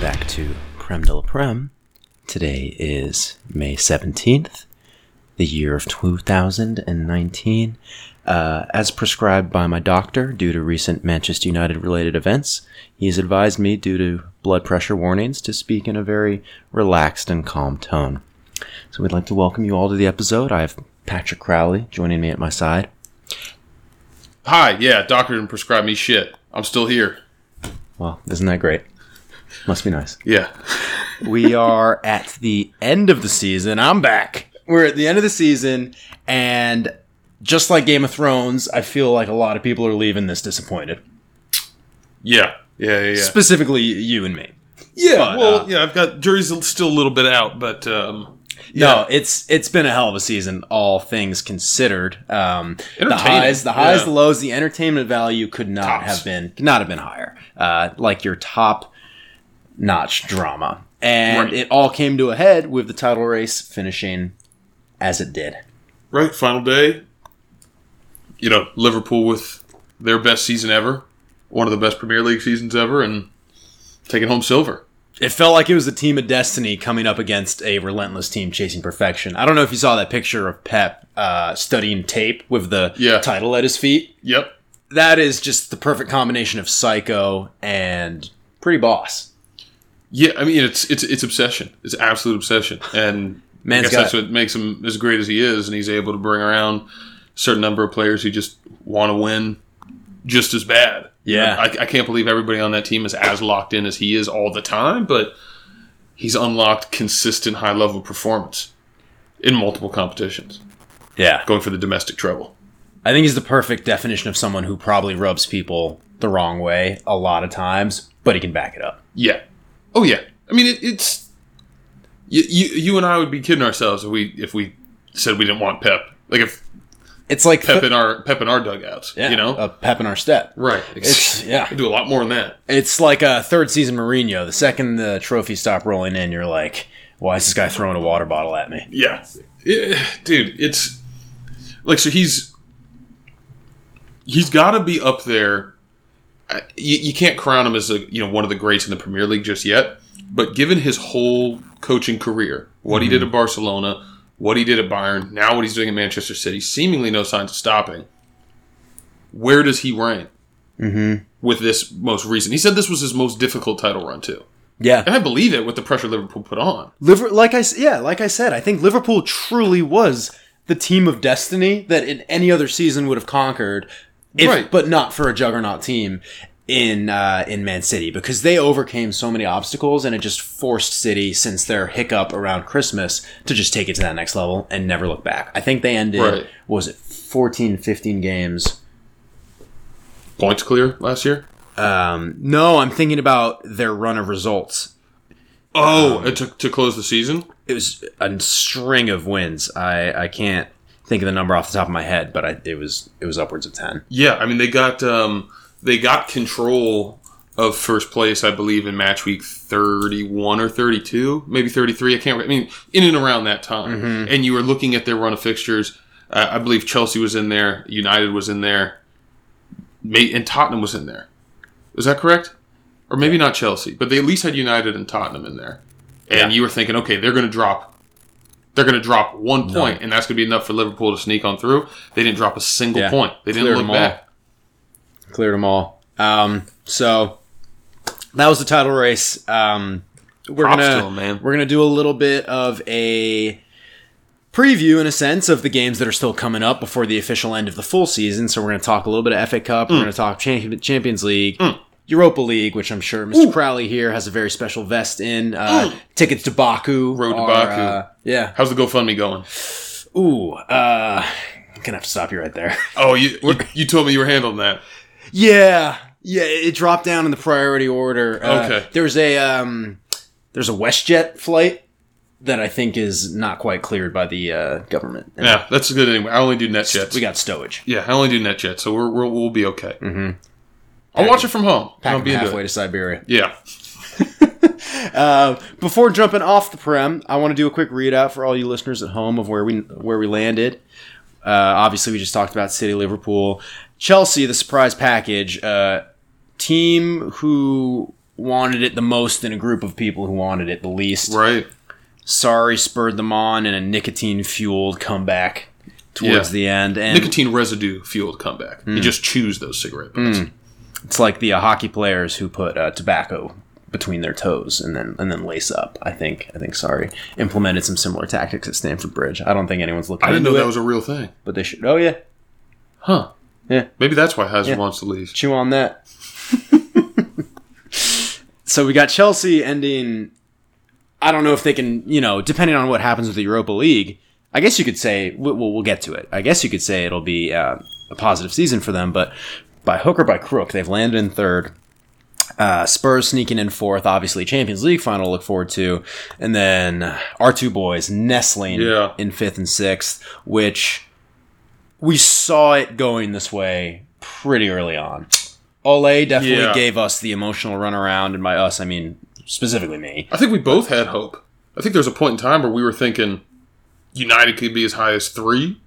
back to Creme de la Prem. Today is May 17th, the year of 2019. Uh, as prescribed by my doctor, due to recent Manchester United related events, he has advised me, due to blood pressure warnings, to speak in a very relaxed and calm tone. So we'd like to welcome you all to the episode. I have Patrick Crowley joining me at my side. Hi, yeah, doctor didn't prescribe me shit. I'm still here. Well, isn't that great? Must be nice. Yeah. we are at the end of the season. I'm back. We're at the end of the season, and just like Game of Thrones, I feel like a lot of people are leaving this disappointed. Yeah. Yeah, yeah, yeah. Specifically, you and me. yeah, but, well, uh, yeah, I've got jury's still a little bit out, but um No, it's it's been a hell of a season, all things considered. Um, the Entertaining, highs, the highs, yeah. the lows, the entertainment value could not Tops. have been could not have been higher. Uh, like your top notch drama, and Right. it all came to a head with the title race finishing as it did. right, final day. You know, Liverpool with their best season ever, one of the best Premier League seasons ever, and taking home silver. It felt like it was a team of destiny coming up against a relentless team chasing perfection. I don't know if you saw that picture of Pep uh, studying tape with the Yeah. title at his feet. Yep. That is just the perfect combination of psycho and pretty boss. Yeah, I mean it's it's it's obsession. It's absolute obsession. And I Man's guess got that's what makes him as great as he is, and he's able to bring around a certain number of players who just want to win just as bad. You Yeah. know, I, I can't believe everybody on that team is as locked in as he is all the time, but he's unlocked consistent high level performance in multiple competitions, yeah. going for the domestic treble. I think he's the perfect definition of someone who probably rubs people the wrong way a lot of times, but he can back it up. Yeah. Oh yeah. I mean, it, it's you, you. You and I would be kidding ourselves if we if we said we didn't want Pep. Like if It's like Pep in our Pep in our dugouts. yeah, You know. a pep in our step. right. It's yeah. I do a lot more than that. It's like a third season Mourinho. The second the trophies stop rolling in, you're like, why is this guy throwing a water bottle at me? Yeah. Yeah, dude, it's like so he's he's got to be up there. I- You, you can't crown him as a you know one of the greats in the Premier League just yet, but given his whole coaching career, what he did at Barcelona, what he did at Bayern, now what he's doing at Manchester City, seemingly no signs of stopping. Where does he rank Mm-hmm. with this most recent? He said this was his most difficult title run too, Yeah, and I believe it with the pressure Liverpool put on. Liver- like I s- yeah, like I said, I think Liverpool truly was the team of destiny that in any other season would have conquered, if, Right. but not for a juggernaut team in uh, in Man City because they overcame so many obstacles and it just forced City since their hiccup around Christmas to just take it to that next level and never look back. I think they ended Right. what was it 14 15 games Points clear last year. Um, no, I'm thinking about their run of results. Oh, uh, to, to close the season? It was a string of wins. I, I can't think of the number off the top of my head, but I, it was it was upwards of ten. Yeah, I mean they got um, they got control of first place, I believe, in match week thirty-one or thirty-two, maybe thirty-three. I can't. re- I mean, in and around that time, Mm-hmm. and you were looking at their run of fixtures. Uh, I believe Chelsea was in there, United was in there, may- and Tottenham was in there. Is that correct? Or maybe not Chelsea, but they at least had United and Tottenham in there. And Yeah. you were thinking, okay, they're going to drop they're going to drop one point, and that's going to be enough for Liverpool to sneak on through. They didn't drop a single Yeah. point. They didn't Cleared look them all. back. Cleared them all. Um, so that was the title race. Um, we're Props gonna to 'em, man. we're gonna do a little bit of a preview in a sense of the games that are still coming up before the official end of the full season. So we're gonna talk a little bit of FA Cup. Mm. We're gonna talk Champ- Champions League. Europa League, which I'm sure Mr. Crowley here has a very special vest in. Uh, tickets to Baku. Road to are, Baku. uh, yeah. How's the GoFundMe going? Ooh. Uh, I'm gonna have to stop you right there. Oh, you, you you told me you were handling that. Yeah, yeah, it dropped down in the priority order. Uh, Okay. There's a um, there's a WestJet flight that I think is not quite cleared by the uh, government. And Yeah, that's good anyway. I only do NetJets. We got stowage. yeah, I only do NetJets, so we're, we're, we'll be okay. Mm-hmm. I'll watch it from home. I'll Pack be them into halfway it. to Siberia. Yeah, Uh, before jumping off the prem, I want to do a quick readout for all you listeners at home of where we where we landed. Uh, obviously, we just talked about City, Liverpool, Chelsea, the surprise package, uh, team who wanted it the most and a group of people who wanted it the least. Right. Sorry spurred them on in a nicotine fueled comeback towards Yeah. the end. And Mm. Nicotine residue fueled comeback. You just choose those cigarette butts. it's like the uh, hockey players who put uh, tobacco between their toes and then and then lace up. I think I think sorry implemented some similar tactics at Stanford Bridge. I don't think anyone's looking I didn't into know it, that was a real thing. but they should. Oh yeah, Huh. Yeah. Maybe that's why Hazard wants to leave. chew on that. so we got Chelsea ending. I don't know if they can, you know, depending on what happens with the Europa League. I guess you could say we- we'll, we'll get to it. I guess you could say it'll be uh, a positive season for them, but by hook or by crook, they've landed in third. Uh, Spurs sneaking in fourth, obviously Champions League final to look forward to, and then our two boys nestling Yeah. in fifth and sixth, which we saw it going this way pretty early on. Ole definitely Yeah. gave us the emotional runaround, and by us I mean specifically me. I think we both had hope. I think there's a point in time where we were thinking United could be as high as three.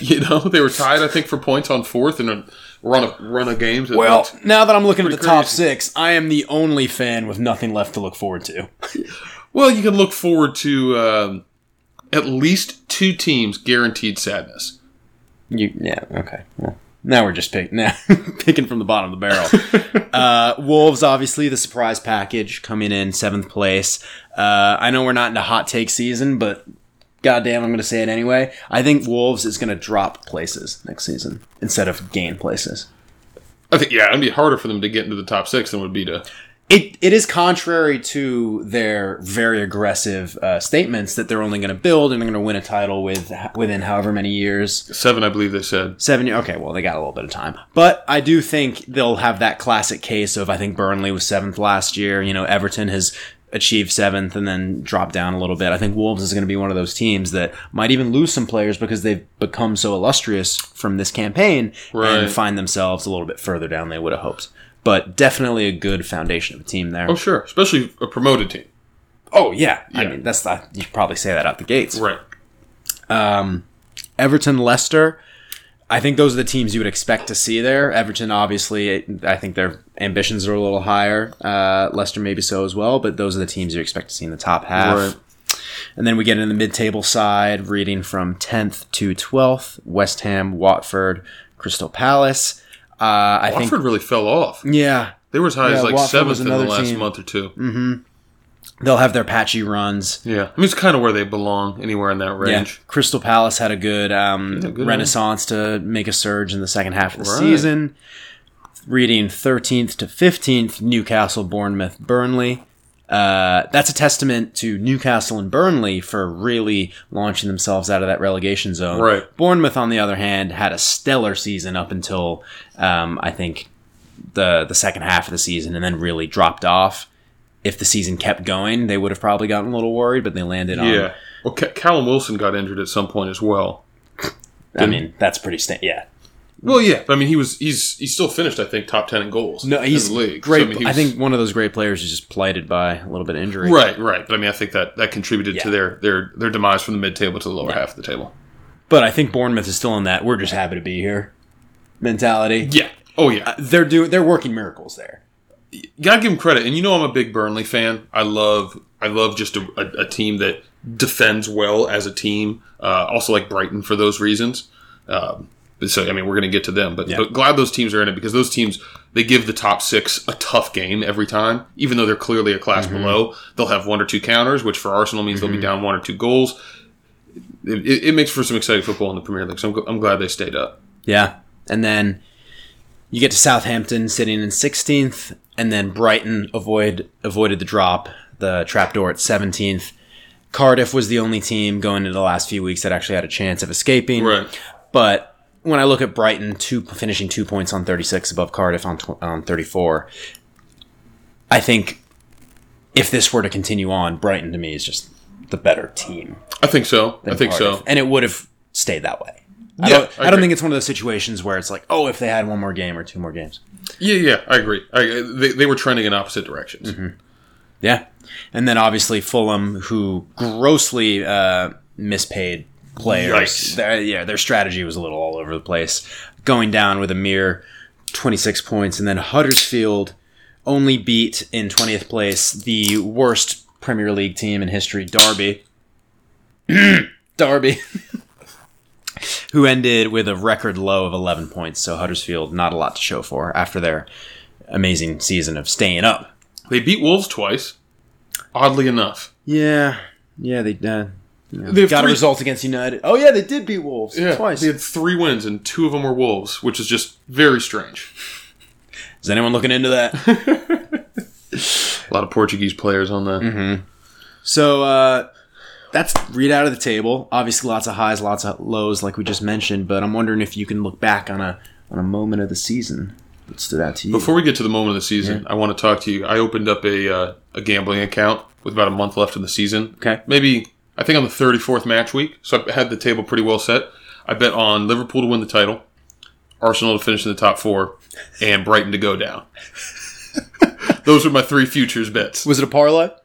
You know, they were tied, I think, for points on fourth and a run of run of games. that Well, looked- now that I'm looking at the top crazy. six, I am the only fan with nothing left to look forward to. well, you can look forward to um, at least two teams guaranteed sadness. You, yeah, okay. Well, now we're just pick, now picking from the bottom of the barrel. uh, Wolves, obviously, the surprise package coming in seventh place. Uh, I know we're not into hot take season, but goddamn, I'm going to say it anyway. I think Wolves is going to drop places next season instead of gain places. I think, yeah, it'd be harder for them to get into the top six than it would be to. it it is contrary to their very aggressive uh, statements that they're only going to build and they're going to win a title with within however many years. Seven, I believe they said. Seven years. Okay, well, they got a little bit of time. But I do think they'll have that classic case of I think Burnley was seventh last year. You know, Everton has achieved seventh and then dropped down a little bit. I think Wolves is going to be one of those teams that might even lose some players because they've become so illustrious from this campaign Right. and find themselves a little bit further down than they would have hoped. But definitely a good foundation of a team there. Oh, sure. Especially a promoted team. Oh yeah. I Yeah. mean that's not you should probably say that out the gates. Right. Everton, Leicester. I think those are the teams you would expect to see there. Everton, obviously, I think their ambitions are a little higher. Uh, Leicester, maybe so as well, but those are the teams you expect to see in the top half. Right. And then we get in the mid-table side, reading from 10th to 12th: West Ham, Watford, Crystal Palace. Uh, I Watford really fell off. think, yeah, They were as high Yeah, as like Watford was seventh in the another last team. Mm. month or two. they'll have their patchy runs. Yeah, I mean it's kind of where they belong, anywhere in that range. Yeah, Crystal Palace had a good, um, Yeah, good renaissance to make a surge in the second half of the Right. season. Reading 13th to 15th, Newcastle, Bournemouth, Burnley. Uh, that's a testament to Newcastle and Burnley for really launching themselves out of that relegation zone. Right. Bournemouth, on the other hand, had a stellar season up until um, I think the the second half of the season, and then really dropped off. If the season kept going, they would have probably gotten a little worried, but they landed on Yeah. Well, Ca Callum Wilson got injured at some point as well. I mean, that's pretty sta Yeah. Well, yeah, but I mean he was he's he's still finished I think top ten in goals. No, he's in the league. great. So, I, mean, he I was- think one of those great players is just blighted by a little bit of injury. right, right. But I mean I think that that contributed to Yeah. their their their demise from the mid table to the lower half of the table. But I think Bournemouth is still in that we're just happy to be here mentality. Yeah. Oh yeah. They're doing they're working miracles there. gotta give him credit. And you know, I'm a big Burnley fan. I love, I love just a, a, a team that defends well as a team. Uh, also, like Brighton for those reasons. Um, but so, I mean, we're gonna get to them, but, but glad those teams are in it because those teams they give the top six a tough game every time. Even though they're clearly a class below, they'll have one or two counters, which for Arsenal means they'll be down one or two goals. It, it, it makes for some exciting football in the Premier League. So I'm, gl- I'm glad they stayed up. Yeah. And then you get to Southampton sitting in 16th and then Brighton avoid avoided the drop, the trapdoor at 17th. Cardiff was the only team going into the last few weeks that actually had a chance of escaping. But when I look at Brighton, two finishing two points on 36 above Cardiff on tw- on 34, I think if this were to continue on, Brighton to me is just the better team. I think so. I think so. and it would have stayed that way. I Yeah, don't, I I don't agree. think it's one of those situations where it's like, oh, if they had one more game or two more games. Yeah, yeah, I agree. I, they, they were trending in opposite directions. Yeah. And then obviously Fulham, who grossly uh, mispaid players. Yikes. Their, yeah, their strategy was a little all over the place, going down with a mere 26 points. And then Huddersfield only beat in 20th place the worst Premier League team in history, Derby. Derby. Who ended with a record low of 11 points. So Huddersfield, not a lot to show for after their amazing season of staying up. They beat Wolves twice. Oddly enough, Yeah. Yeah, they uh, you know, They have got a three- result against United. Oh, yeah, they did beat Wolves twice. They had three wins, and two of them were Wolves, which is just very strange. Is anyone looking into that? A lot of Portuguese players on the. So uh, that's read out of the table. Obviously, lots of highs, lots of lows, like we just mentioned. But I'm wondering if you can look back on a on a moment of the season that stood out to you. Before we get to the moment of the season, I want to talk to you. I opened up a uh, a gambling account with about a month left in the season. Okay. Maybe I think on the 34th match week, so I had the table pretty well set. I bet on Liverpool to win the title, Arsenal to finish in the top 4, and Brighton to go down. Those were my three futures bets. was it a parlay?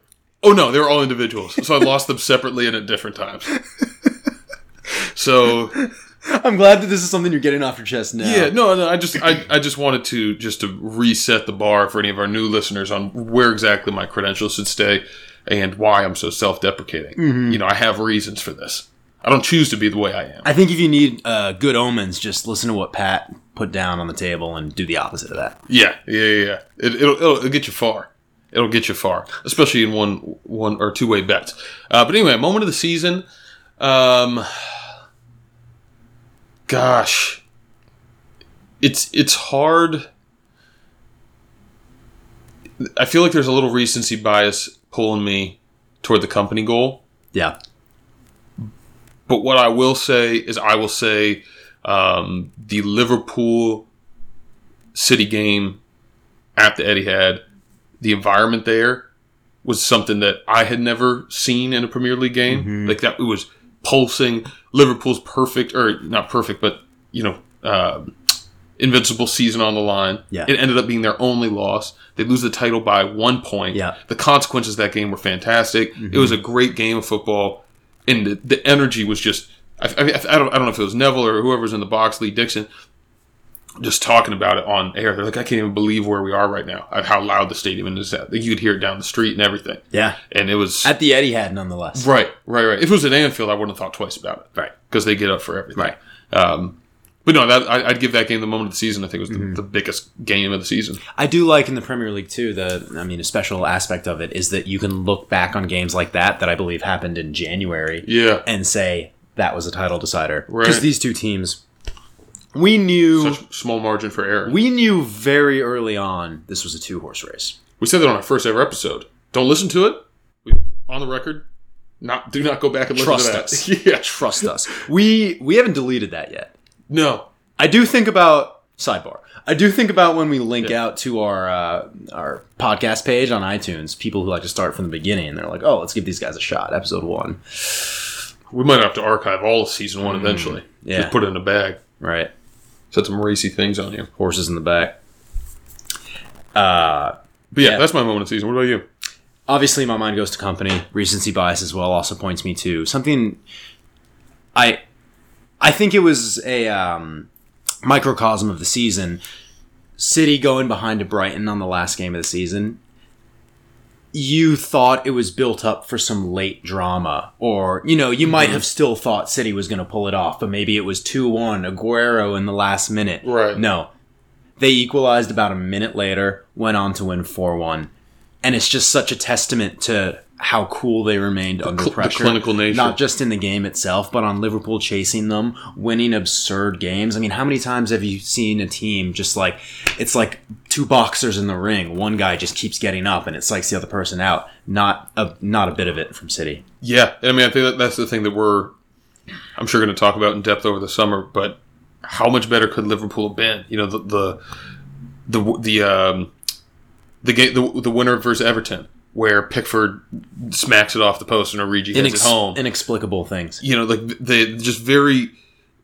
Oh no, they were all individuals. So I lost them separately and at different times. So I'm glad that this is something you're getting off your chest now. yeah, no, no, I just I, I just wanted to just to reset the bar for any of our new listeners on where exactly my credentials should stay and why I'm so self-deprecating. You know, I have reasons for this. I don't choose to be the way I am. I think if you need uh, good omens, just listen to what Pat put down on the table and do the opposite of that. Yeah, yeah, yeah. yeah. It, it'll, it'll it'll get you far. It'll get you far, especially in one one or two way bets. Uh, but anyway, moment of the season. Um, gosh, it's it's hard. I feel like there's a little recency bias pulling me toward the company goal. Yeah. But what I will say is, I will say um, the Liverpool City game at the Etihad, the environment there was something that I had never seen in a Premier League game. Like that, it was pulsing. Liverpool's perfect, or not perfect, but you know, uh, invincible season on the line. Yeah. It ended up being their only loss. They lose the title by one point. Yeah. Mm-hmm. The consequences of that game were fantastic. It was a great game of football and the, the energy was just I, I, I don't I don't know if it was Neville or whoever's in the box, Lee Dixon, just talking about it on air. They're like, I can't even believe where we are right now. Of how loud the stadium is at. Like, you could hear it down the street and everything. Yeah. And it was At the Etihad, nonetheless. right, right, right. If it was at Anfield, I wouldn't have thought twice about it. Right. because they get up for everything. Right. Um, but no, that I, I'd give that game the moment of the season. I think it was the, Mm-hmm. the biggest game of the season. I do like in the Premier League too. The I mean, a special aspect of it is that you can look back on games like that that I believe happened in January. Yeah, and say that was a title decider because Right. these two teams we knew such small margin for error. We, we knew very early on this was a two horse race said that on our first ever episode. Don't listen to it. We, on the record, not do not go back and listen Trust to that. us. yeah, trust us we we haven't deleted that yet No. i do think about sidebar i do think about when we link out to our uh, our podcast page on itunes people who like to start from the beginning and they're like oh let's give these guys a shot episode one We might have to archive all of season one eventually. Mm, yeah. Just put it in a bag. right Set some racy things on you. horses in the back uh But yeah, Yeah. that's my moment of the season. What about you? obviously my mind goes to company recency bias as well also points me to something i i think it was a um, microcosm of the season city going behind to brighton on the last game of the season you thought it was built up for some late drama or you know you might have still thought city was going to pull it off but maybe it was 2-1 aguero in the last minute Right. no they equalized about a minute later went on to win 4-1 and it's just such a testament to how cool they remained under cl- the pressure. clinical nature. Not just in the game itself, but on Liverpool chasing them, winning absurd games. I mean, how many times have you seen a team just like, it's like two boxers in the ring. One guy just keeps getting up and it psychs the other person out. Not a, not a bit of it from City. Yeah, I mean, I think that that's the thing that we're, I'm sure, going to talk about in depth over the summer. But how much better could Liverpool have been? You know, the the the the um, the game the, the winner versus Everton, where Pickford smacks it off the post and Origi hits it Inex- home. Inexplicable things. you know, like they just very,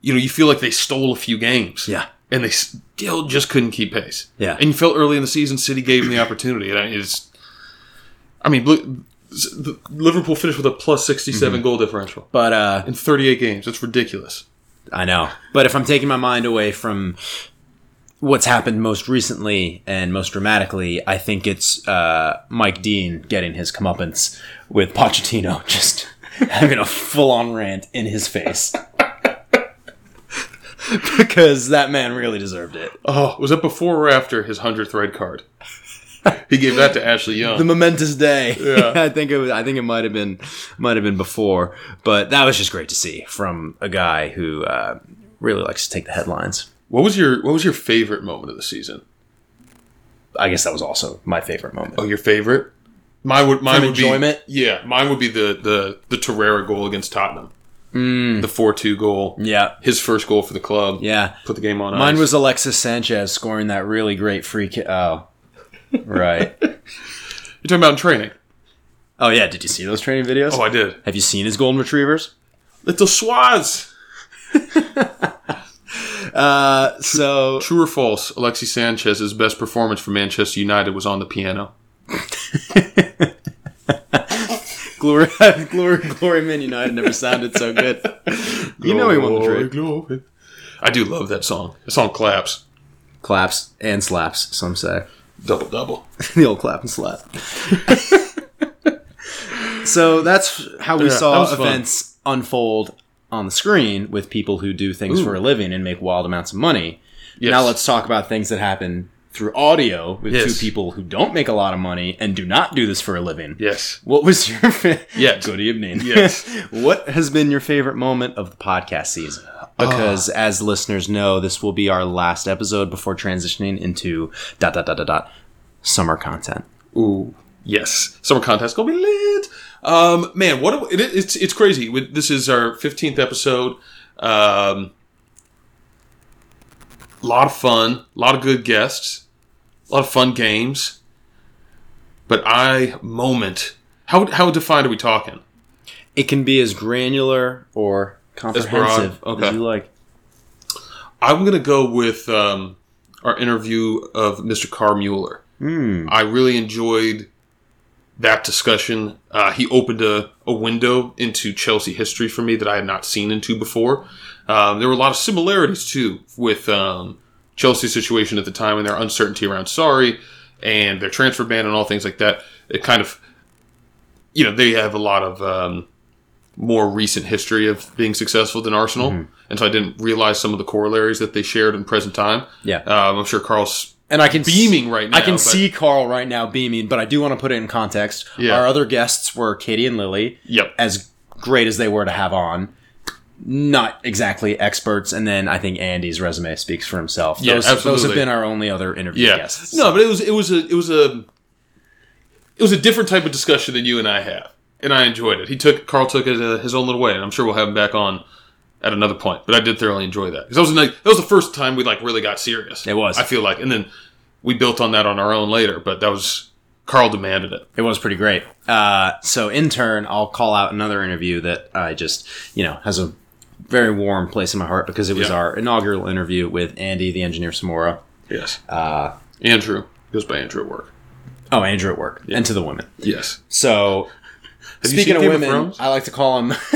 you know, you feel like they stole a few games. Yeah. and they still just couldn't keep pace. Yeah. and you felt early in the season City gave them the opportunity, and it's, I mean, Blue- the- Liverpool finished with a plus Mm-hmm. sixty-seven goal differential But, uh, in thirty-eight games. That's ridiculous. I know. But if I'm taking my mind away from what's happened most recently and most dramatically, I think it's uh, Mike Dean getting his comeuppance with Pochettino just having a full on rant in his face. because that man really deserved it. Oh, was that before or after his hundredth red card? he gave that to Ashley Young. The momentous day. Yeah. I think it was, I think it might have been might have been before, but that was just great to see from a guy who uh, really likes to take the headlines. what was your What was your favorite moment of the season? I guess that was also my favorite moment. Oh, your favorite? Mine would mine From would enjoyment? be yeah. Mine would be the the the Torreira goal against Tottenham, the four two goal. Mm. Yeah. His first goal for the club. Yeah. put the game on. Mine ice. was Alexis Sanchez scoring that really great free kick. Oh, right. You're talking about in training. oh yeah. Did you see those training videos? Oh, I did. Have you seen his golden retrievers? Little Swaz. Uh, so True or false? Alexi Sanchez's best performance for Manchester United was on the piano. glory, glory, glory, man United never sounded so good. You know he won the Glory, trade. glory. I do love that song. That song claps. Claps and slaps. Some say. Double double. the old clap and slap. so that's how we Yeah, that saw was fun. events unfold on the screen with people who do things for a living and make wild amounts of money. Yes. Now let's talk about things that happen through audio with Yes. two people who don't make a lot of money and do not do this for a living. Yes. What was your fa- Yes. good evening? Yes. what has been your favorite moment of the podcast season? Because as listeners know, this will be our last episode before transitioning into dot dot dot dot dot summer content. Ooh. Yes. Summer contest gonna be lit. Um, man, what a, it, it's it's crazy. We- This is our fifteenth episode. Um, lot of fun. A lot of good guests. A lot of fun games. But I moment. How how defined are we talking? It can be as granular or comprehensive as, okay. you like. I'm gonna go with um, our interview of Mr. Carr Mueller. Hmm. I really enjoyed that discussion. Uh, he opened a, a window into Chelsea history for me that I had not seen into before. Um, there were a lot of similarities too with um, Chelsea's situation at the time and their uncertainty around Sorry and their transfer ban and all things like that. It kind of, you know, they have a lot of um, more recent history of being successful than Arsenal, Mm-hmm. and so I didn't realize some of the corollaries that they shared in present time. Yeah. Um, I'm sure Carl's and I can beaming right now. I can but- see Carl right now beaming, but I do want to put it in context. Yeah. Our other guests were Katie and Lily, Yep. as great as they were to have on. Not exactly experts, and then I think Andy's resume speaks for himself. Yeah, those, those have absolutely. been our only other interview yeah. guests. No, but it was it was a it was a it was a different type of discussion than you and I have, and I enjoyed it. He took Carl took it uh, his own little way, and I'm sure we'll have him back on at another point. But I did thoroughly enjoy that because that was like that was the first time we like really got serious. It was. I feel like, and then we built on that on our own later. But that was Carl demanded it. It was pretty great. Uh, so in turn, I'll call out another interview that I just, you know, has a very warm place in my heart because it was Yeah. our inaugural interview with Andy, the engineer Samora. Yes. Uh, Andrew goes by Andrew at work. Oh, Andrew at work and to the women. Yes. So Have you speaking seen of Game of women, Thrones? I like to call him.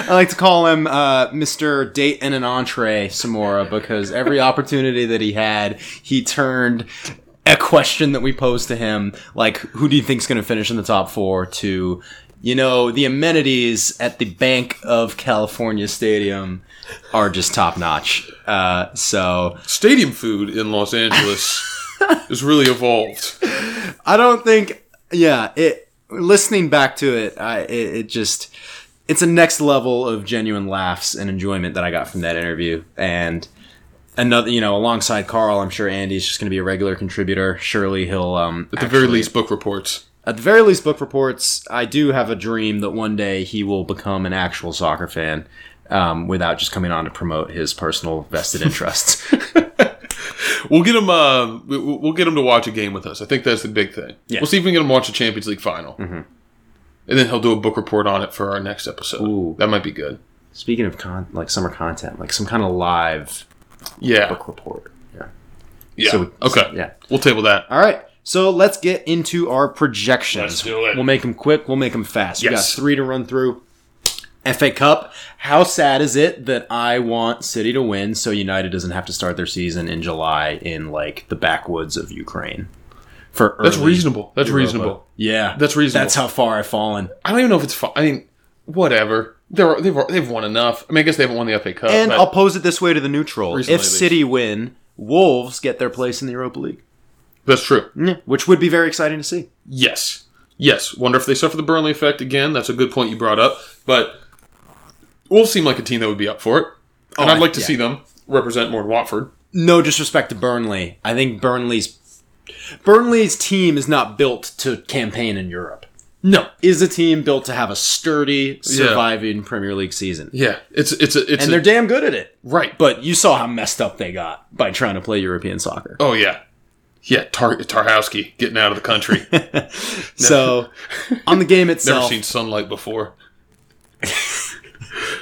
I like to call him uh, Mr. Date and an Entree Samora because every opportunity that he had, he turned a question that we posed to him, like who do you think's going to finish in the top four, to you know the amenities at the Bank of California Stadium are just top notch. Uh, so Stadium food in Los Angeles is really evolved. I don't think. Yeah, it. Listening back to it, I it, it just it's a next level of genuine laughs and enjoyment that I got from that interview. And another, you know, alongside Carl, I'm sure Andy's just going to be a regular contributor. Surely he'll um At the very least, book reports. at the very least, book reports. I do have a dream that one day he will become an actual soccer fan. Um, without just coming on to promote his personal vested interests. We'll get him. Uh, we- we'll get him to watch a game with us. I think that's the big thing. Yeah. We'll see if we can get him to watch a Champions League final, mm-hmm. and then he'll do a book report on it for our next episode. Ooh. That might be good. Speaking of con- like summer content, like some kind of live Yeah. book report. Yeah. Yeah. so- okay. yeah. We'll table that. All right. So let's get into our projections. Let's do it. We'll make them quick. We'll make them fast. We got Yes. three to run through. FA Cup. How sad is it that I want City to win so United doesn't have to start their season in July in like the backwoods of Ukraine? For That's early reasonable. That's Europa. reasonable. Yeah, That's reasonable. That's how far I've fallen. I don't even know if it's. Fu- I mean, whatever. They're, they've they've won enough. I mean, I guess they haven't won the FA Cup. And but- I'll pose it this way to the neutral: Recently, if at least. City win, Wolves get their place in the Europa League, that's true. which would be very exciting to see. Yes. Yes. Wonder if they suffer the Burnley effect again. That's a good point you brought up. But Wolves seem like a team that would be up for it. and Oh, I'd like to yeah. see them represent more than Watford. no disrespect to Burnley. I think Burnley's Burnley's team is not built to campaign in Europe. No. Is a team built to have a sturdy, surviving Premier League season. Yeah. It's it's a, it's And a- they're damn good at it. right. But But you saw how messed up they got by trying to play European soccer. oh yeah. Yeah, Tar- Tarhowski getting out of the country. So on the game Never itself, seen sunlight before.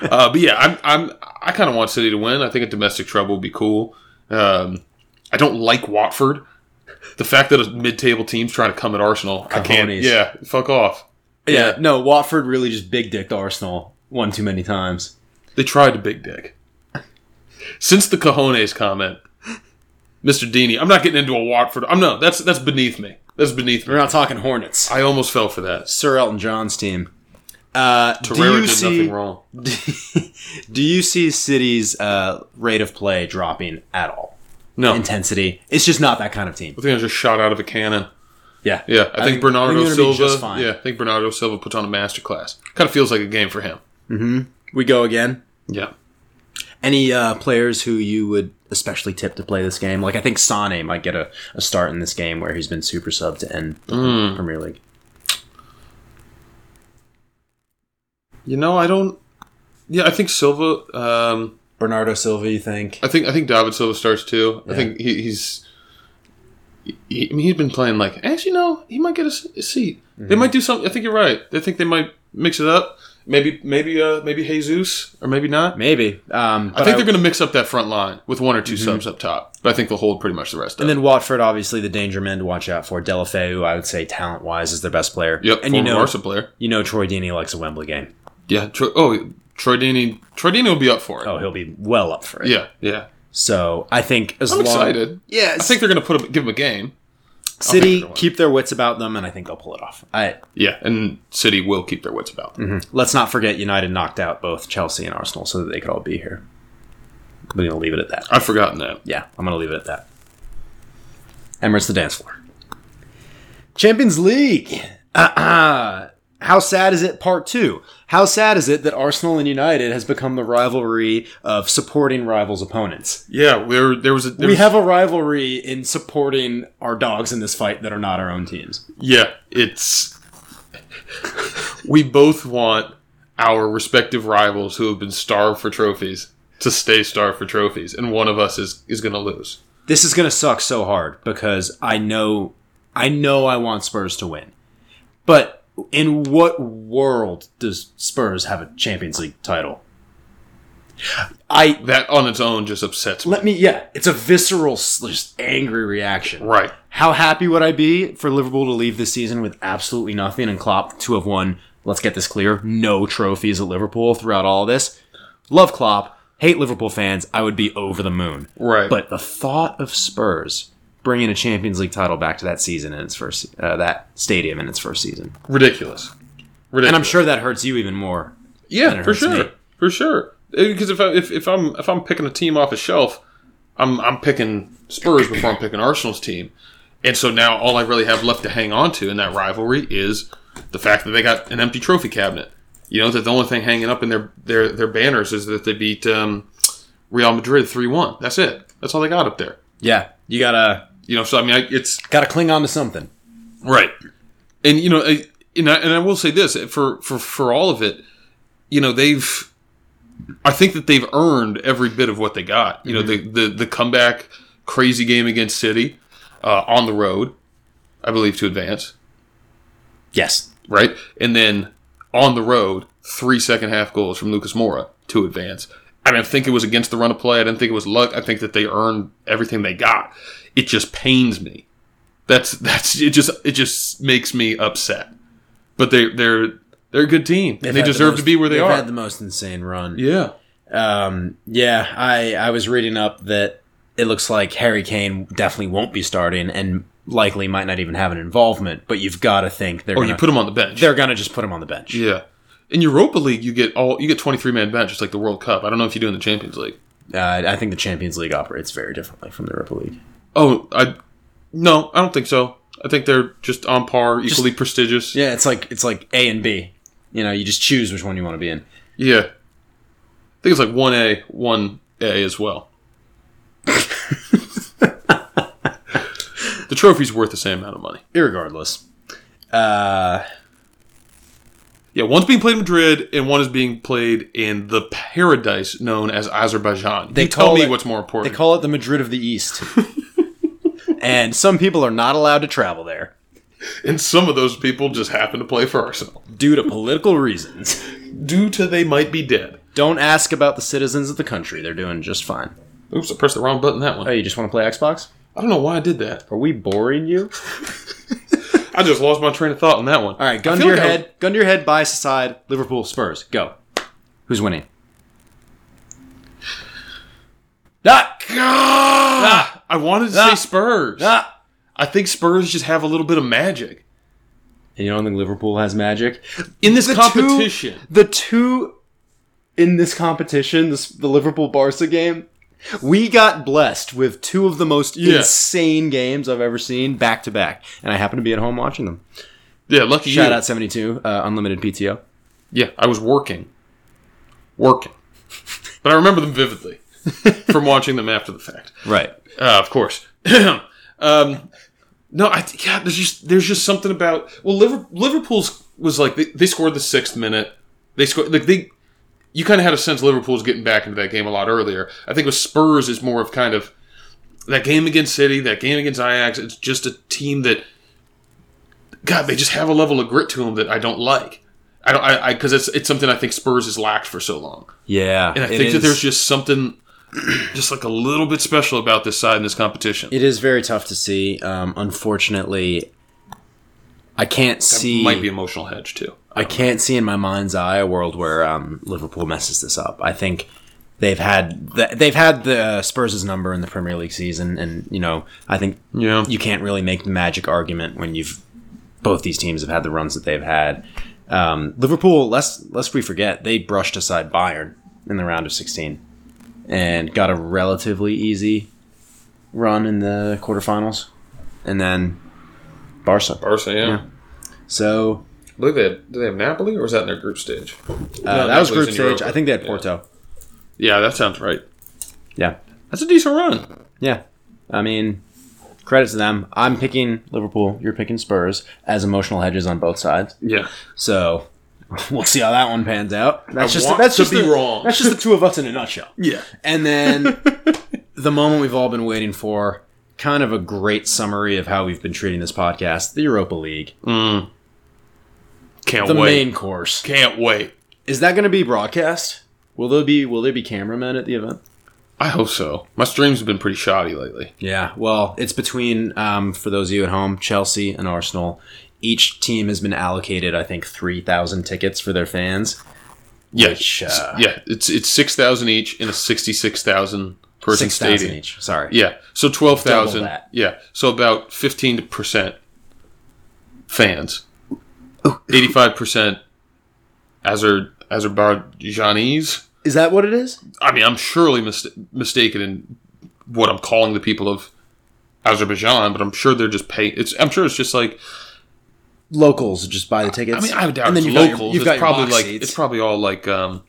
uh, but yeah, I'm, I'm I kind of want City to win. I think a domestic treble would be cool. Um, I don't like Watford. The fact that a mid-table team's trying to come at Arsenal, I can't. Cojones. Yeah, fuck off. yeah, no, Watford really just big dicked Arsenal one too many times. They tried to big dick. Since the Cajones comment, Mr. Deeney, I'm not getting into a Watford. I'm no. That's that's beneath me. That's beneath me. We're not talking Hornets. I almost fell for that. Sir Elton John's team. Uh, do Pereira you did see? nothing wrong. Do you see City's uh, rate of play dropping at all? No, I think Intensity. It's just not that kind of team. I was just shot out of a cannon. Yeah. Yeah, I, think, think Bernardo we're gonna be Silva. just fine. Yeah, I think Bernardo Silva puts on a masterclass. Kind of feels like a game for him. We go again. Yeah, Any uh, players who you would especially tip to play this game? Like I think Sane might get a, a start in this game where he's been super sub to end the Premier League. you know, I don't. Yeah, I think Silva. Um, Bernardo Silva, you think? I think I think David Silva starts too. I think he, he's. He, I mean, he's been playing like actually no, he might get a, s- a seat. They Mm-hmm. might do something. I think you're right. I think they might mix it up. Maybe maybe uh maybe Jesus or maybe not. Maybe. Um, I think they're going to mix up that front line with one or 2 subs up top, but I think they'll hold pretty much the rest. Mm-hmm. And of then Watford, obviously the danger men to watch out for. Delafeu, who I would say talent wise is their best player. it. yep, And you know, Arsenal player. you know, Troy Deeney likes a Wembley game. Yeah. Tro- oh, Troy Deeney. Troy Deeney will be up for it. Oh, he'll be well up for it. Yeah, yeah. So I think as I'm long excited. yeah, I think they're going to put a, give him a game. City they're gonna win. keep their wits about them, and I think they'll pull it off. I, Yeah, Mm-hmm. and City will keep their wits about them. let's not forget United knocked out both Chelsea and Arsenal, so that they could all be here. We're gonna leave it at that. I've forgotten that. Yeah, I'm gonna leave it at that. Emirates the dance floor. Champions League. Uh-uh. How sad is it? Part two. How sad is it that Arsenal and United has become the rivalry of supporting rivals' opponents? Yeah, there there was a there We was- have a rivalry in supporting our dogs in this fight that are not our own teams. yeah. It's we both want our respective rivals who have been starved for trophies to stay starved for trophies, and one of us is is going to lose. this is going to suck so hard because I know I know I want Spurs to win. But in what world does Spurs have a Champions League title? I That on its own just upsets me. let me yeah, it's a visceral s- just angry reaction. Right. How happy would I be for Liverpool to leave this season with absolutely nothing and Klopp to have won, let's get this clear, no trophies at Liverpool throughout all this. Love Klopp, hate Liverpool fans, I would be over the moon. Right. But the thought of Spurs bringing a Champions League title back to that season in its first uh, that stadium in its first season, ridiculous. Ridiculous. and I'm sure that hurts you even more. Yeah, it for hurts sure, me. for sure. Because if, I, if if I'm if I'm picking a team off a shelf, I'm I'm picking Spurs before I'm picking Arsenal's team, and so now all I really have left to hang on to in that rivalry is the fact that they got an empty trophy cabinet. You know that the only thing hanging up in their their their banners is that they beat um, Real Madrid three one. That's it. That's all they got up there. Yeah, you gotta You know, so I mean, I, it's gotta cling on to something. Right. And you know, I, and I, and I will say this for for for all of it, you know, they've I think that they've earned every bit of what they got. You know, the the the comeback crazy game against City uh, on the road, I believe to advance, Yes, right? And then on the road, three second half goals from Lucas Mora to advance. I didn't think it was against the run of play. I didn't think it was luck. I think that they earned everything they got. It just pains me that's that's it just it just makes me upset but they they're They're a good team. They've and they had the deserve most- to be where they they've are. had the most insane run. yeah. Um, yeah, I I was reading up that it looks like Harry Kane definitely won't be starting and likely might not even have an involvement. But you've got to think they're Or gonna, you put them on the bench. they're gonna just put him on the bench. Yeah. In Europa League, you get all you get twenty three man bench. It's like the World Cup. I don't know if you do in the Champions League. Uh, I think the Champions League operates very differently from the Europa League. Oh, I no, I don't think so. I think they're just on par, equally prestigious. Yeah. Yeah, it's like it's like A and B. You know, you just choose which one you want to be in. I think it's like one A, one A as well. the trophy's worth the same amount of money. Irregardless. Uh, Yeah, one's being played in Madrid, and one is being played in the paradise known as Azerbaijan. They you tell call me it- what's more they important. call it the Madrid of the East. and some people are not allowed to travel there and some of those people just happen to play for Arsenal due to political reasons. due to they might be dead. Don't ask about the citizens of the country. They're doing just fine. Oops, I pressed the wrong button that Oh, one. you just want to play Xbox? I don't know why I did that. Are we boring you? I just lost my train of thought on that one. All right, gun I to feel your like I- head. Gun to your head, bias aside. Liverpool, Spurs, go. Who's winning? Ah! Ah! I wanted to Ah! say Spurs. Ah! I think Spurs just have a little bit of magic And you don't think Liverpool has magic? in this two- competition. The two in this competition, this, the Liverpool Barca game, we got blessed with two of the most Yeah. insane games I've ever seen back to back, and I happen to be at home watching them. Yeah, lucky Shout you. out seventy two uh, unlimited PTO. Yeah, I was working, working, but I remember them vividly from watching them after the fact. Right. Uh, of course. um, no, I yeah. There's just there's just something about well, Liver- Liverpool's was like they, they scored the sixth minute. They scored like they. You kind of had a sense Liverpool's getting back into that game a lot earlier. I think with Spurs is more of kind of that game against City, that game against Ajax. It's just a team that, God, they just have a level of grit to them that I don't like. I don't I because it's it's something I think Spurs has lacked for so long. Yeah. And it I think that is- there's just something, just like a little bit special about this side in this competition. It is very tough to see. Um, unfortunately, I can't see. might be emotional hedge too. I can't see in my mind's eye a world where um, Liverpool messes this up. I think they've had the, they've had the uh, Spurs' number in the Premier League season, and you know I think Yeah, you can't really make the magic argument when you've both these teams have had the runs that they've had. Um, Liverpool, lest lest we forget, they brushed aside Bayern in the round of 16 and got a relatively easy run in the quarterfinals, and then Barca. Barca. Yeah. So I believe they had, did they have Napoli or was that in their group stage? uh, No, that was Napoli's group in stage. Europa. I think they had Yeah. Porto. Yeah, that sounds right. Yeah. That's a decent run. Yeah. I mean, credit to them. I'm picking Liverpool. You're picking Spurs as emotional hedges on both sides. Yeah, So we'll see how that one pans out. That's I just want that's to just be the, wrong. That's just the two of us in a nutshell. yeah. And then the moment we've all been waiting for, kind of a great summary of how we've been treating this podcast, the Europa League, Can't the wait. main course. Can't wait. Is that going to be broadcast? Will there be will there be cameramen at the event? I hope so. My streams have been pretty shoddy lately. Yeah, well, it's between um, for those of you at home, Chelsea and Arsenal. Each team has been allocated, I think, three thousand tickets for their fans. Yeah, Which, uh, yeah. It's it's six thousand each in a sixty-six thousand person Six thousand stadium. each. Sorry. Yeah, so twelve thousand. that. Yeah, so about fifteen percent fans, Oh. eighty-five percent Azer Azerbaijanis. Is that what it is? I mean, I'm surely mis- mistaken in what I'm calling the people of Azerbaijan, but I'm sure they're just pay. It's I'm sure it's just like Locals just buy the tickets. I mean I would doubt And then it's you've got your- locals. you've it's got your probably box like seats. it's probably all like um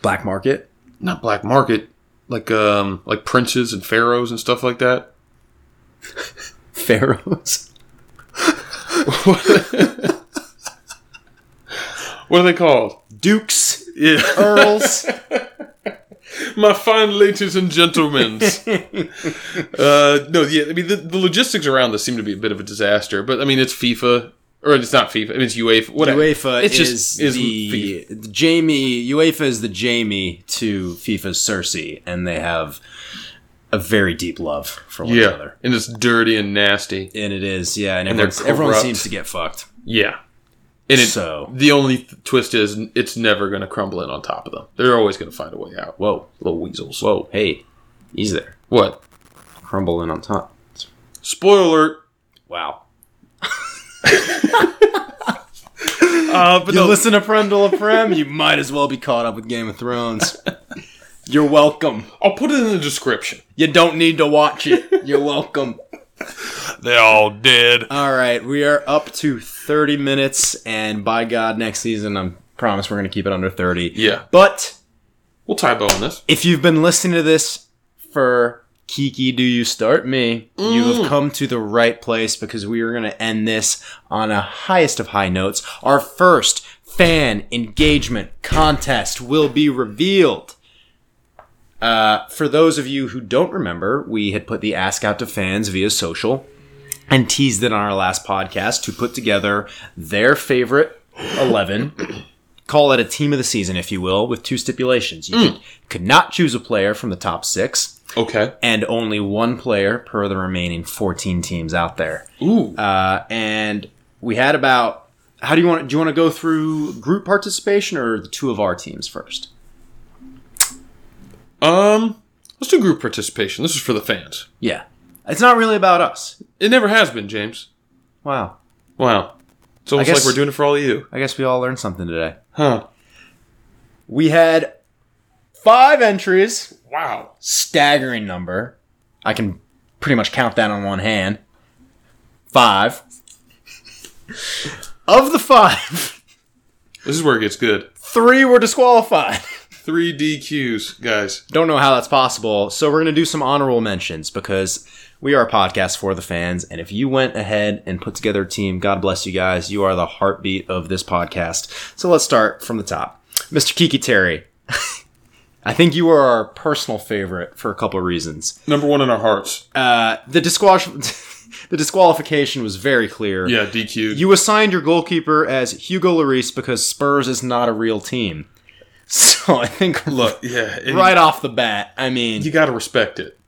black market. not black market like um like princes and pharaohs and stuff like that. Pharaohs. What are they called? Dukes. Yeah, Earls. my fine ladies and gentlemen. uh, no, yeah, I mean the, the logistics around this seem to be a bit of a disaster, but I mean it's FIFA or it's not FIFA, I mean, it's UEFA. Whatever. UEFA It's is, just- is the, the Jamie. UEFA is the Jamie to FIFA's Cersei, and they have a very deep love for one yeah, another. and it's dirty and nasty. And it is, yeah, and, they're everyone's- everyone corrupt. seems to get fucked. Yeah. And it, So- the only th- twist is it's never going to crumble in on top of them. They're always going to find a way out. Whoa, Little weasels. whoa, hey, he's there, What? crumbling on top. Spoiler alert. Wow. Uh, but You no, listen to Prem de la Prem, you might as well be caught up with Game of Thrones. You're welcome. I'll put it in the description. You don't need to watch it. You're welcome. They're all dead. All right, we are up to 30 minutes, and by God, next season, I promise we're going to keep it under 30. Yeah. But We'll tie a bow on this. if you've been listening to this for Kiki, do you start me? You have come to the right place because we are going to end this on a highest of high notes. Our first fan engagement contest will be revealed. Uh, for those of you who don't remember, we had put the ask out to fans via social and teased it on our last podcast to put together their favorite 11 call it a team of the season, if you will, with two stipulations. You could, could not choose a player from the top six, Okay. and only one player per the remaining 14 teams out there. Ooh. Uh, and we had about how do you want? Do you want to go through group participation or the two of our teams first? um, let's do group participation. This is for the fans. Yeah, it's not really about us. It never has been, James. Wow, Wow. It's almost guess- like we're doing it for all of you. I guess we all learned something today. Huh. We had five entries, Wow. staggering number. I can pretty much count that on one hand. Five. of the five, This is where it gets good. three were disqualified. Three DQs, guys. Don't know how that's possible. So we're going to do some honorable mentions because we are a podcast for the fans. And if you went ahead and put together a team, God bless you guys. You are the heartbeat of this podcast. So let's start from the top. Mr. Kiki Terry. I think you are our personal favorite for a couple of reasons. Number one in our hearts. Uh, the disqual- the disqualification was very clear. Yeah, DQ. You assigned your goalkeeper as Hugo Lloris because Spurs is not a real team. So I think Look, yeah. and right off the bat, I mean, You got to respect it.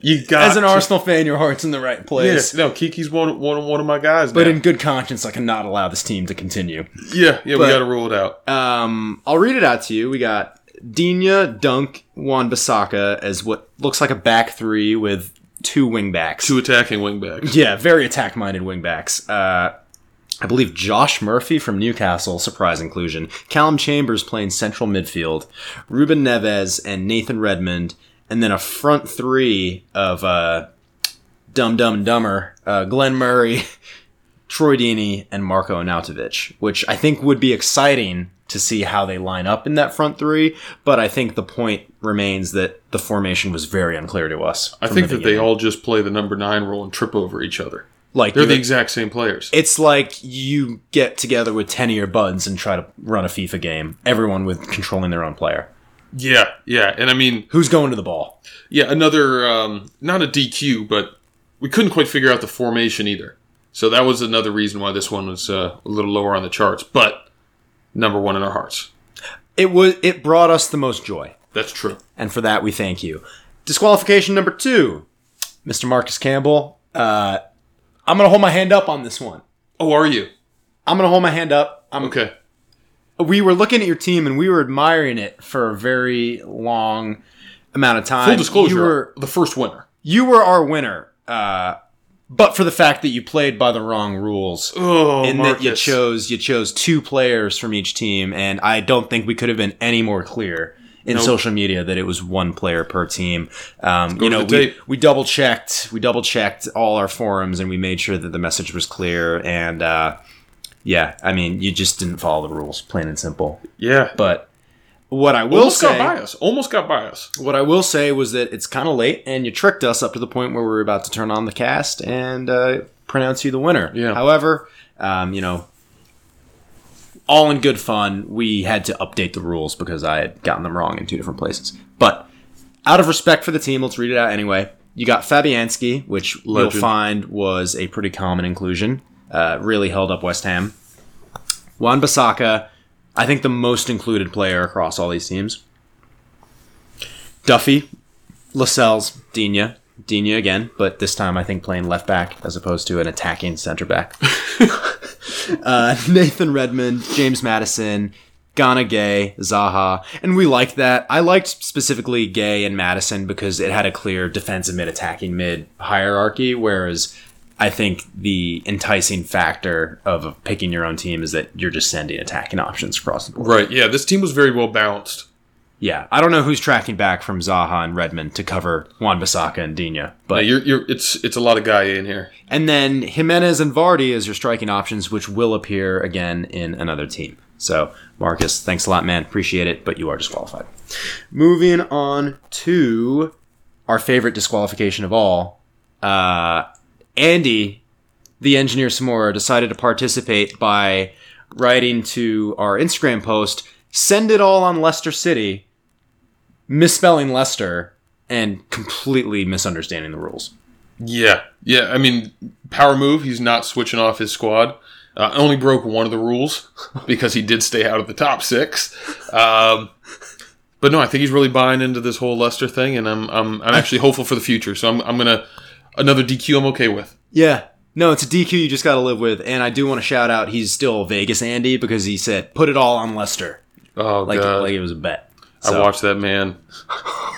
You got as an to- Arsenal fan, your heart's in the right Yeah, place. no, Kiki's one, one, one of my guys. But now. in good conscience, I cannot allow this team to continue. yeah, yeah, but- we got to rule it out. Um, I'll read it out to you. We got Dina, Dunk, Juan Basaka as what looks like a back three with two wingbacks. Two attacking wingbacks. Yeah, very attack minded wingbacks. Uh, I believe Josh Murphy from Newcastle, surprise inclusion. Callum Chambers playing central midfield. Ruben Neves and Nathan Redmond. And then a front three of uh, Dumb Dumb and Dumber, uh, Glenn Murray, Troy Deeney, and Marco Anautovic, which I think would be exciting to see how they line up in that front three. But I think the point remains that the formation was very unclear to us. I think that they all just play the number nine role and trip over each other. like They're the you- exact same players. It's like you get together with 10 of your buds and try to run a FIFA game, everyone with controlling their own player. Yeah, yeah. And I mean, Who's going to the ball? yeah, another, um, not a DQ, but we couldn't quite figure out the formation either. So that was another reason why this one was uh, a little lower on the charts, but number one in our hearts. It was it brought us the most joy, That's true. and for that we thank you. Disqualification number 2. Mr. Marcus Campbell, uh, I'm going to hold my hand up on this one. Oh, are you? I'm going to hold my hand up. I'm Okay. we were looking at your team and we were admiring it for a very long amount of time. Full disclosure, You were the first winner. you were our winner. Uh, but for the fact that you played by the wrong rules. Oh, and that you chose you chose two players from each team, and I don't think we could have been any more clear in Nope. social media that it was one player per team. Um, you to know, the we, tape. we double checked we double checked all our forums, and we made sure that the message was clear. And uh, yeah, I mean, you just didn't follow the rules, plain and simple. Yeah. But what I will Almost say, got by us. Almost got by us. what I will say was that it's kind of late, and you tricked us up to the point where we were about to turn on the cast and uh, pronounce you the winner. Yeah. However, um, you know, all in good fun, we had to update the rules because I had gotten them wrong in two different places. But out of respect for the team, let's read it out anyway. You got Fabianski, which Legend. you'll find was a pretty common inclusion. Uh, really held up West Ham. Juan Basaka, I think the most included player across all these teams. Duffy, Lascelles, Dina, Dina again, but this time I think playing left back as opposed to an attacking center back. uh, Nathan Redmond, James Madison, Ghana Gay, Zaha, and we liked that. I liked specifically Gay and Madison because it had a clear defensive mid, attacking mid hierarchy, whereas I think the enticing factor of picking your own team is that you're just sending attacking options across the board. Right. Yeah. This team was very well balanced. Yeah, I don't know who's tracking back from Zaha and Redmond to cover Juan Bisaka and Dina, Now, but Uh, you're, you're, it's it's a lot of guy in here. and then Jimenez and Vardy as your striking options, which will appear again in another team. So, Marcus, thanks a lot, man. Appreciate it, but you are disqualified. Moving on to our favorite disqualification of all, uh, Andy, the engineer Samora, decided to participate by writing to our Instagram post, "Send it all on Leicester City," misspelling Leicester and completely misunderstanding the rules. Yeah, yeah. I mean, power move. He's not switching off his squad. Uh, only broke one of the rules because he did stay out of the top six. Um, but no, I think he's really buying into this whole Lester thing, and I'm I'm, I'm actually hopeful for the future. So I'm I'm gonna another DQ. I'm okay with. Yeah. No, it's a DQ you just got to live with. And I do want to shout out he's still Vegas Andy because he said, put it all on Lester. Oh Like, god, like it was a bet. I So- watched that man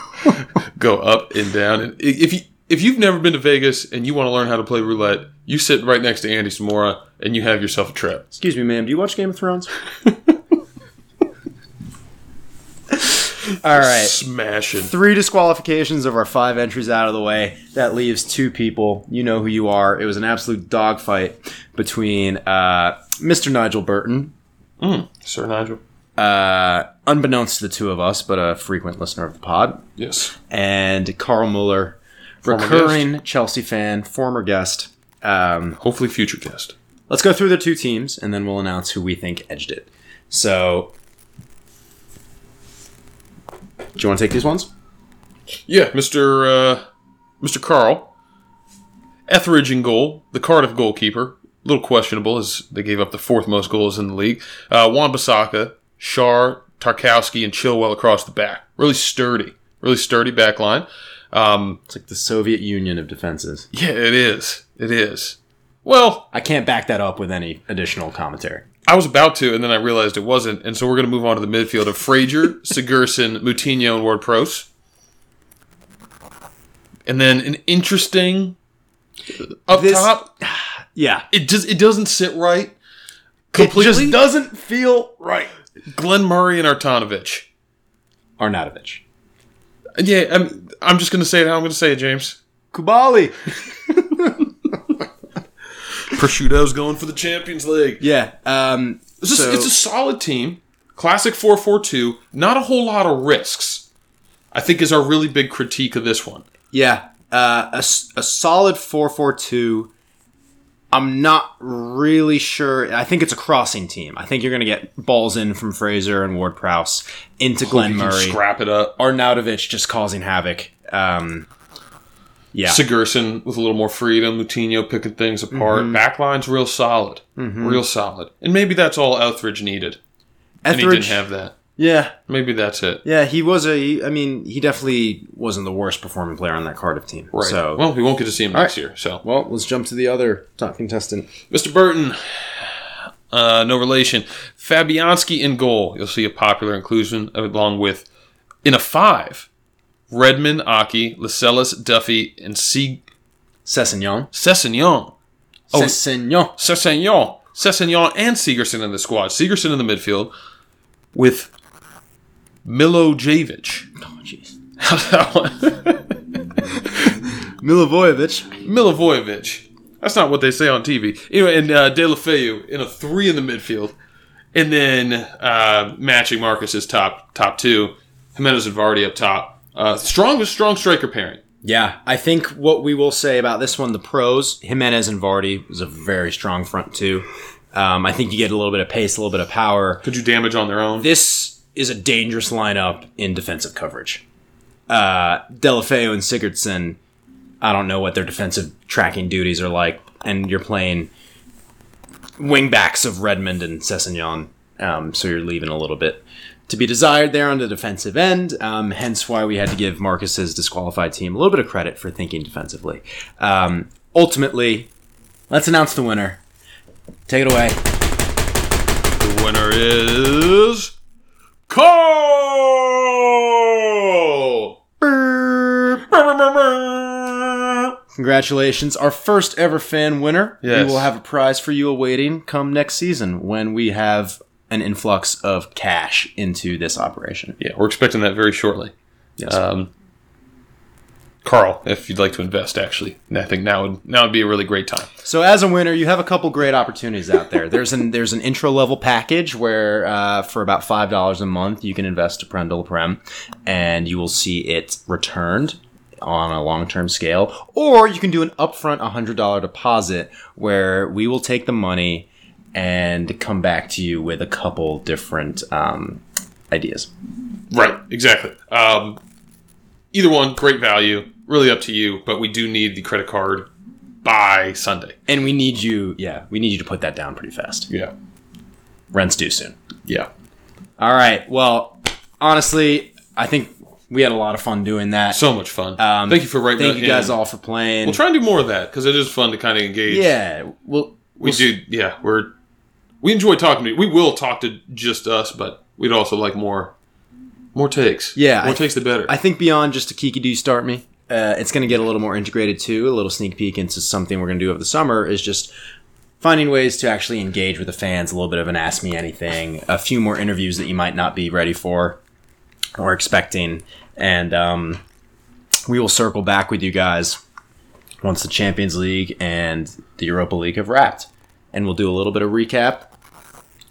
go up and down. And i- if you if you've never been to Vegas and you want to learn how to play roulette, you sit right next to Andy Samora and you have yourself a trip. Excuse me, ma'am. Do you watch Game of Thrones? all right. Smashing. three disqualifications of our five entries out of the way. That leaves two people. You know who you are. It was an absolute dogfight between uh, Mr. Nigel Burton, Sir Nigel. uh, unbeknownst to the two of us, but a frequent listener of the pod, Yes. and Carl Mueller, recurring Chelsea fan, former guest. Um, Hopefully, future guest. let's go through the two teams, and then we'll announce who we think edged it. So, do you want to take these ones? Yeah, Mister uh, Mister Carl Etheridge in goal, the Cardiff goalkeeper. A little questionable as they gave up the fourth most goals in the league. Uh, Juan Basaka, Shar, Tarkowski, and Chilwell across the back. Really sturdy, really sturdy back line. Um, It's like the Soviet Union of defenses. yeah, it is. It is. Well, I can't back that up with any additional commentary. I was about to, and then I realized it wasn't, and so we're going to move on to the midfield of Frazier, Sigurdsson, Moutinho, and Ward Prowse. And then an interesting up This- top. Yeah, It just it doesn't sit right it completely. just doesn't feel right. Glenn Murray and Artanovich. Arnautovic, Yeah, I'm I'm just going to say it how I'm going to say it, James. Kubali. Prosciutto's going for the Champions League. Yeah, um, It's, just- so- it's a solid team. Classic 4-4-2. Not a whole lot of risks. I think is our really big critique of this one. Yeah, uh, a, s- a solid 4-4-2. I'm not really sure. I think it's a crossing team. I think you're going to get balls in from Fraser and Ward Prowse into Glenn You can Murray. Scrap it up. Arnautovic just causing havoc. Um, yeah. Sigurdsson with a little more freedom, Moutinho picking things apart. Mm-hmm. Backline's real solid, real solid, and maybe that's all Etheridge needed, and he Etheridge. didn't have that. yeah. Maybe that's it. Yeah, he was a. I mean, he definitely wasn't the worst performing player on that Cardiff team. Right. So, well, well, we won't get to see him next year. So, let's jump to the other top contestant. Mr. Burton, uh, no relation. Fabianski in goal. You'll see a popular inclusion along with in a five. Redmond, Aki, Lascelles, Duffy, and C. Cessignon. Cessignon. Oh, Cessignon. Cessignon. Cessignon and Segerson in the squad. Segerson in the midfield with Milojevic. Oh, jeez. Milivojevic. Milivojevic. That's not what they say on TV. Anyway, and uh, De La Feu in a three in the midfield. And then uh, matching Marcus's top top two. Jimenez and Vardy up top. Uh, strong strong striker pairing. Yeah, I think what we will say about this one, the pros, Jimenez and Vardy was a very strong front two. Um, I think you get a little bit of pace, a little bit of power. Could do damage on their own. Um, This is a dangerous lineup in defensive coverage. Uh, Delafeo and Sigurdsson, I don't know what their defensive tracking duties are like, and you're playing wingbacks of Redmond and Cessignon, um, so you're leaving a little bit to be desired there on the defensive end. Um, hence why we had to give Marcus's disqualified team a little bit of credit for thinking defensively. Um, ultimately, let's announce the winner. Take it away. The winner is Cole. Congratulations, our first ever fan winner. Yes. We will have a prize for you awaiting come next season when we have an influx of cash into this operation. Yeah, we're expecting that very shortly. Yes. Um, Carl, if you'd like to invest, actually, I think now would now would be a really great time. So as a winner, you have a couple great opportunities out there. There's an there's an intro level package where uh, for about five dollars a month you can invest to Prendel Prem, and you will see it returned on a long term scale. Or you can do an upfront hundred dollar deposit where we will take the money and come back to you with a couple different um, ideas. Right, exactly. Um, either one, great value. Really up to you, but we do need the credit card by Sunday. And we need you, yeah, we need you to put that down pretty fast. Yeah, Rent's due soon. yeah. All right. Well, honestly, I think we had a lot of fun doing that. So much fun. Um, thank you for writing. Thank that you guys in. all for playing. We'll try and do more of that because it is fun to kind of engage. yeah, well, we do. Yeah, we're we enjoy talking to. you. We will talk to just us, but we'd also like more more takes. Yeah, more I- takes the better. I think beyond just a Kiki Do Start Me, uh, it's going to get a little more integrated too. A little sneak peek into something we're going to do over the summer is just finding ways to actually engage with the fans. A little bit of an Ask Me Anything, a few more interviews that you might not be ready for or expecting, and um, we will circle back with you guys once the Champions League and the Europa League have wrapped, and we'll do a little bit of recap.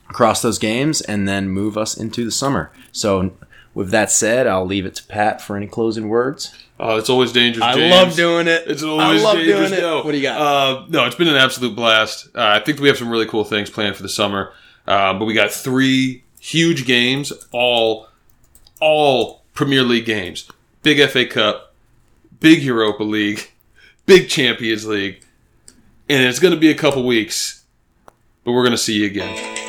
Across those games and then move us into the summer. So with that said, I'll leave it to Pat for any closing words. oh, it's always dangerous. James. doing it. It's always dangerous. No. What do you got? Uh, no, it's been an absolute blast. Uh, I think we have some really cool things planned for the summer. Uh, but we got three huge games, all all Premier League games. Big FA Cup, big Europa League, big Champions League. And it's going to be a couple weeks, but we're going to see you again.